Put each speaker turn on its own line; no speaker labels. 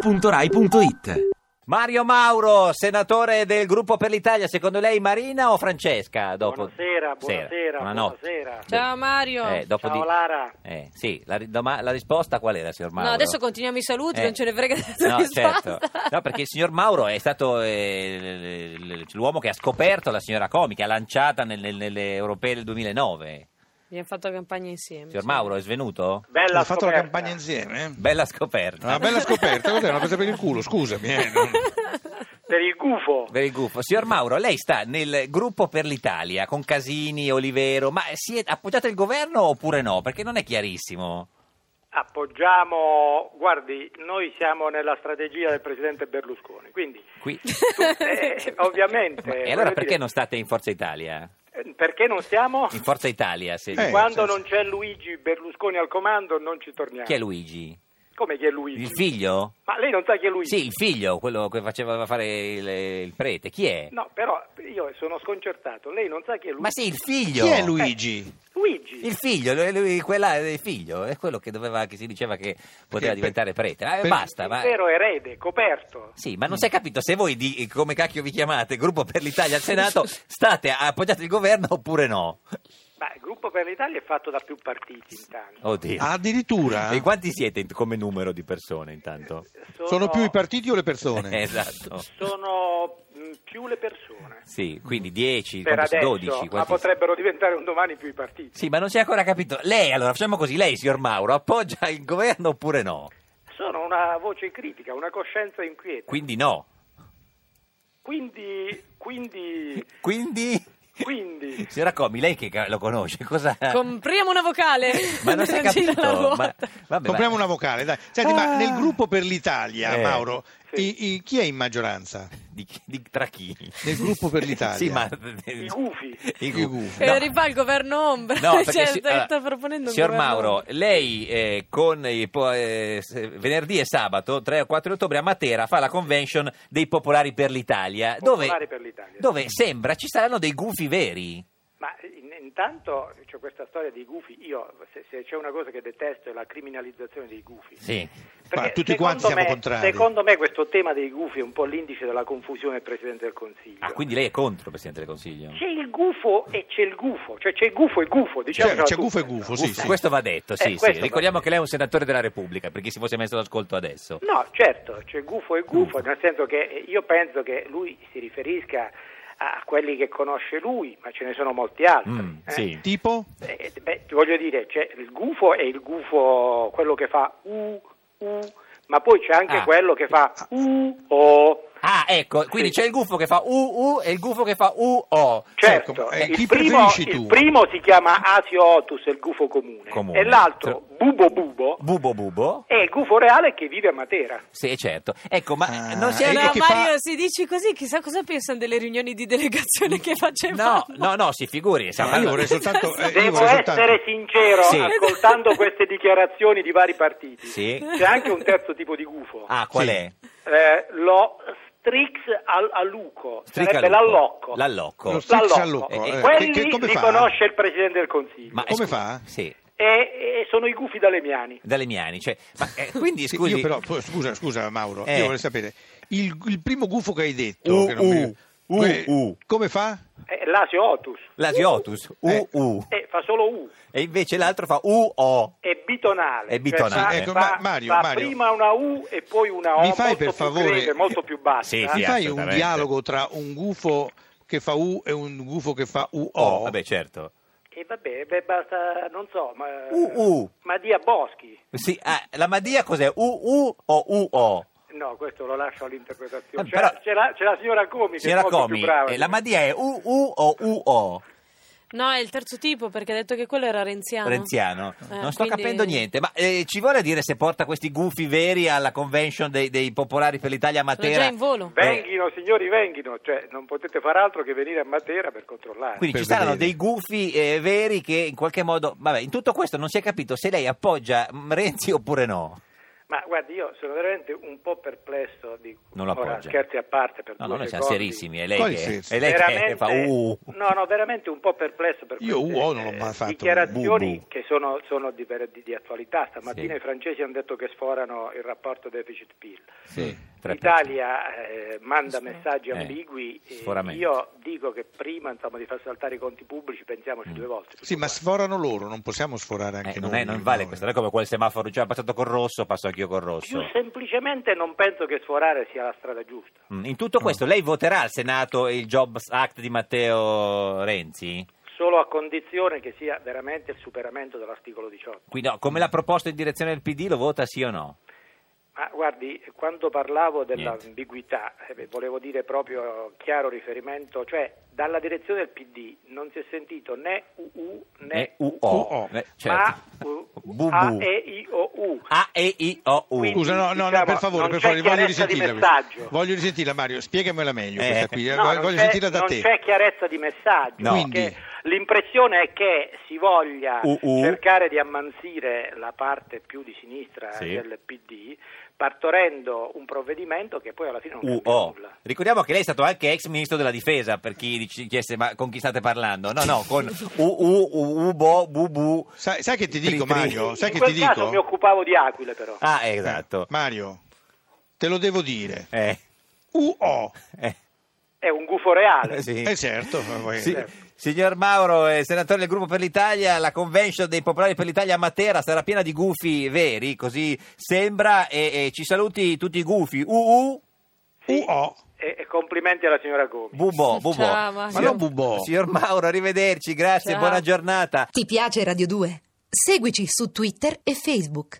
radio2pod.rai.it
Mario Mauro, senatore del gruppo per l'Italia, secondo lei Marina o Francesca? Dopo... Sera.
Buonasera, buonasera,
Buonanotte.
buonasera.
Ciao Mario.
Eh, dopo
Ciao
di-
Lara.
Eh, sì, la, ri- doma- la risposta qual era, signor Mauro?
No, adesso continuiamo i saluti,
Eh.
non ce ne frega della
No, certo.
risposta.
No, perché il signor Mauro è stato eh, l- l- l- l'uomo che ha scoperto la signora Comica, lanciata nel- nel- nelle europee del 2009.
Abbiamo fatto campagna insieme.
Signor
sì.
Mauro, è svenuto?
Bella
Hanno fatto la
scoperta.
campagna insieme?
Bella scoperta.
Una bella scoperta, cos'è? Una presa per il culo, scusami. eh, non-
Per il gufo.
Per il gufo. Signor Mauro, lei sta nel gruppo per l'Italia con Casini, Olivero, ma si è appoggiato il governo oppure no? Perché non è chiarissimo.
Appoggiamo, guardi, noi siamo nella strategia del presidente Berlusconi, quindi
Qui.
eh, ovviamente...
Ma- e
voglio
allora
dire,
perché non state in Forza Italia?
eh, Perché non siamo?
In Forza Italia, se...
Eh,
Quando
sì,
non c'è Luigi Berlusconi al comando non ci torniamo.
chi è Luigi?
Come chi è Luigi?
Il figlio?
Ma lei non sa chi è Luigi?
Sì, il figlio, quello che faceva fare il, il prete. Chi è?
No, però io sono sconcertato, lei non sa chi è Luigi?
Ma sì, il figlio.
Chi è Luigi?
Luigi!
Il figlio, lui- lui- quella, il figlio, è quello che doveva, che si diceva che poteva
per-
diventare prete. Ah, e
per-
basta,
Il
ma...
vero erede, coperto.
Sì, ma non
Mm.
si è capito se voi, di, eh, come cacchio vi chiamate, Gruppo per l'Italia al Senato, state appoggiate il governo oppure no?
Ma il gruppo per l'Italia è fatto da più partiti intanto.
Oddio.
Ah, Addirittura?
E quanti siete in- come numero di persone intanto?
Sono più i partiti o le persone?
Esatto.
Sono mh, più le persone.
Sì, quindi 10,
Per
quanti-
adesso,
12.
ma
quanti-
potrebbero diventare un domani più i partiti.
Sì, ma non si è ancora capito. Lei, allora, facciamo così, lei, signor Mauro, appoggia il governo oppure no?
Sono una voce critica, una coscienza inquieta.
Quindi no.
Quindi, quindi,
Quindi...
quindi,
Signora Comi, lei che lo conosce, cosa...
Compriamo una vocale.
Ma non si è
Gira la
capito.
ruota.
Ma, vabbè,
Compriamo
ma-
una vocale, dai. Senti, ma nel gruppo per l'Italia,
Eh.
Mauro,
Ah. Sì.
i- i- chi è in maggioranza?
Di, di- tra chi?
Nel gruppo per l'Italia.
Sì, ma... eh,
i gufi.
I
I gufi.
E
No.
Eh, rifà il governo ombra.
No, perché
Cioè,
si-
sta,
allora,
sta proponendo un
signor
governo
Mauro,
ombra.
lei eh, con i po- eh, se- venerdì e sabato 3 o 4 ottobre a Matera fa la convention dei popolari per l'Italia,
Popolari
dove,
per l'Italia.
dove sembra ci saranno dei gufi veri.
Ma in- intanto c'è questa storia dei gufi. Io, se, se c'è una cosa che detesto, è la criminalizzazione dei gufi.
Sì.
Perché
Ma tutti
secondo
quanti siamo
me-
contrari.
Secondo me questo tema dei gufi è un po' l'indice della confusione del Presidente del Consiglio.
Ah, quindi lei è contro Presidente del Consiglio?
C'è il gufo e c'è il gufo, cioè c'è il gufo e il gufo, diciamo.
Certo, c'è gufo e gufo, sì,
Gufi,
sì.
Questo va detto, sì,
Eh,
sì.
questo va
Ricordiamo che lei è un senatore della Repubblica, perché si fosse messo d'ascolto adesso.
No, certo, c'è gufo e gufo, nel senso che eh, io penso che lui si riferisca a quelli che conosce lui, ma ce ne sono molti altri.
Mm,
eh.
sì.
Tipo?
Eh, beh, ti voglio dire, c'è il gufo e il gufo, quello che fa u, u, ma poi c'è anche
Ah.
quello che fa u, o.
Ah, ecco, quindi c'è il gufo che fa UU e il gufo che fa UO.
Certo,
Ecco, eh,
il,
chi
primo,
preferisci
il
tu?
primo si chiama Asio Otus, il gufo comune,
Comune.
e l'altro Bubo Bubo
Bubo bubo.
è il gufo reale che vive a Matera.
Sì, certo. Ecco, ma
Ah,
non si
e
è...
Cioè, No,
che fa-
Mario, si dici così, chissà cosa pensano delle riunioni di delegazione che facevamo.
No, no, no, si figuri. stiamo
No, io
parlando-
vorrei soltanto... eh, io
Devo
vorrei soltanto-
essere sincero,
Sì.
ascoltando queste dichiarazioni di vari partiti,
Sì.
c'è anche un terzo tipo di gufo,
Ah, qual
Sì.
è?
Eh, lo strix al- aluco,
Strica
sarebbe
Lupo.
l'allocco.
L'allocco.
Lo strix
L'allocco.
allocco, eh,
Quelli
che- che come
li
fa?
conosce il Presidente del Consiglio
Ma, eh,
Come
scu-
fa?
Sì,
e, e sono i gufi dalemiani.
Dalemiani. Cioè, ma, eh, quindi,
Sì,
scusi...
Io però, poi, scusa, scusa Mauro,
Eh.
io vorrei sapere, il, il primo gufo che hai detto...
U,
che non mi-
U, U,
Eh,
U.
Come fa?
Eh, L'asio otus
L'asiotus,
Eh.
UU.
eh, fa solo U.
E invece l'altro fa UO.
È bitonale.
È bitonale.
Cioè,
Ecco,
fa,
ma- Mario,
fa
Mario.
prima una U e poi una O.
Mi fai
molto
per
più
favore-
breve, molto più bassa.
Sì, sì.
Mi fai un
assolutamente.
dialogo tra un gufo che fa U e un gufo che fa UO?
Oh, vabbè, certo.
E vabbè, beh, basta, non so, ma,
U, U.
ma dia Boschi.
Sì, ah, la Madia cos'è? UU o UO?
No, questo lo lascio all'interpretazione.
Eh,
C'è,
però-
c'è la, c'è la signora Comi che
Signora
è molto
Comi,
più brava.
eh, la Madia è UU o UO?
No, è il terzo tipo, perché ha detto che quello era renziano.
Renziano. non
Eh,
sto
quindi-
capendo niente, ma eh, ci vuole dire se porta questi gufi veri alla convention dei, dei popolari per l'Italia a
Sono
Matera? Eh,
già in volo.
Venghino, signori, venghino. Cioè, non potete far altro che venire a Matera per controllare.
Quindi
Per
ci saranno
vedere.
dei gufi eh, veri che in qualche modo... Vabbè, in tutto questo non si è capito se lei appoggia mm, Renzi oppure no.
Ma guardi, io sono veramente un po' perplesso di
Non lo
ora,
appoggia.
scherzi a parte per
No,
due
no, noi siamo
secondi.
serissimi, è lei
Poi
che,
sì.
è lei che
Veramente-
fa uh.
No, no, veramente un po' perplesso per
Io
queste,
uovo non l'ho
eh,
mai fatto,
dichiarazioni
bu, bu.
che sono, sono di, per- di- di attualità. Stamattina
Sì.
i francesi hanno detto che sforano il rapporto deficit-PIL.
Sì,
Mm.
tre
L'Italia eh, manda
Sfora-
messaggi
Eh,
ambigui. eh,
sforamento.
io dico che prima insomma, di far saltare i conti pubblici
Mm.
pensiamoci due volte.
Sì, ma sforano loro, non possiamo sforare
Eh,
anche
non,
noi.
è- non vale
no?
questo, non è come quel semaforo, già passato col rosso, passo anch'io col rosso.
Più semplicemente non penso che sforare sia la strada giusta.
Mm, In tutto questo, lei voterà al Senato il Jobs Act di Matteo Renzi?
Solo a condizione che sia veramente il superamento dell'articolo 18.
Quindi, no, come l'ha proposto in direzione del PD, lo vota sì o no?
Ma guardi, quando parlavo dell'ambiguità, eh, beh, volevo dire proprio chiaro riferimento, cioè dalla direzione del PD non si è sentito né UU né
Eh, UO.
UO.
Eh,
ma
certo.
uh,
Bu, bu.
A, E, I, O, U.
A, E, I, O, U.
Quindi-
Scusa, no, no, no,
Diciamo,
per favore,
non
per
c'è
favore, voglio
chiarezza di
risentirla.
messaggio.
Voglio risentirla, Mario, spiegamela meglio
Eh.
questa qui, eh,
No, non
voglio
c'è-
sentirla da
non
te.
c'è chiarezza di messaggio,
No.
perché l'impressione è che si voglia
Uh-uh.
cercare di ammansire la parte più di sinistra
Sì.
del PD partorendo un provvedimento che poi alla fine non cambia
UO.
nulla.
Ricordiamo che lei è stato anche ex ministro della difesa, per chi dice- chiese ma con chi state parlando. No, no, con UU, UU, Bo, Bubu.
Sai, sai che ti dico,
Tri- tri.
Mario? Sai
In
che
quel
ti
caso
dico?
mi occupavo di Aquile però.
Ah, eh, esatto.
Mario, te lo devo dire.
Eh,
UO.
eh,
È un gufo reale.
sì.
Eh certo, ma poi-
Sì. Signor Mauro, eh, senatore del Gruppo per l'Italia, la convention dei popolari per l'Italia a Matera sarà piena di gufi veri, così sembra, e, e ci saluti tutti i gufi. UU,
Sì.
UO.
E, e complimenti alla signora Gomi.
Bubò, Bubò.
Ciao, Mauro.
Ma non Bubò.
Signor Mauro, arrivederci, grazie,
Ciao.
buona giornata.
Ti piace Radio 2? Seguici su Twitter e Facebook.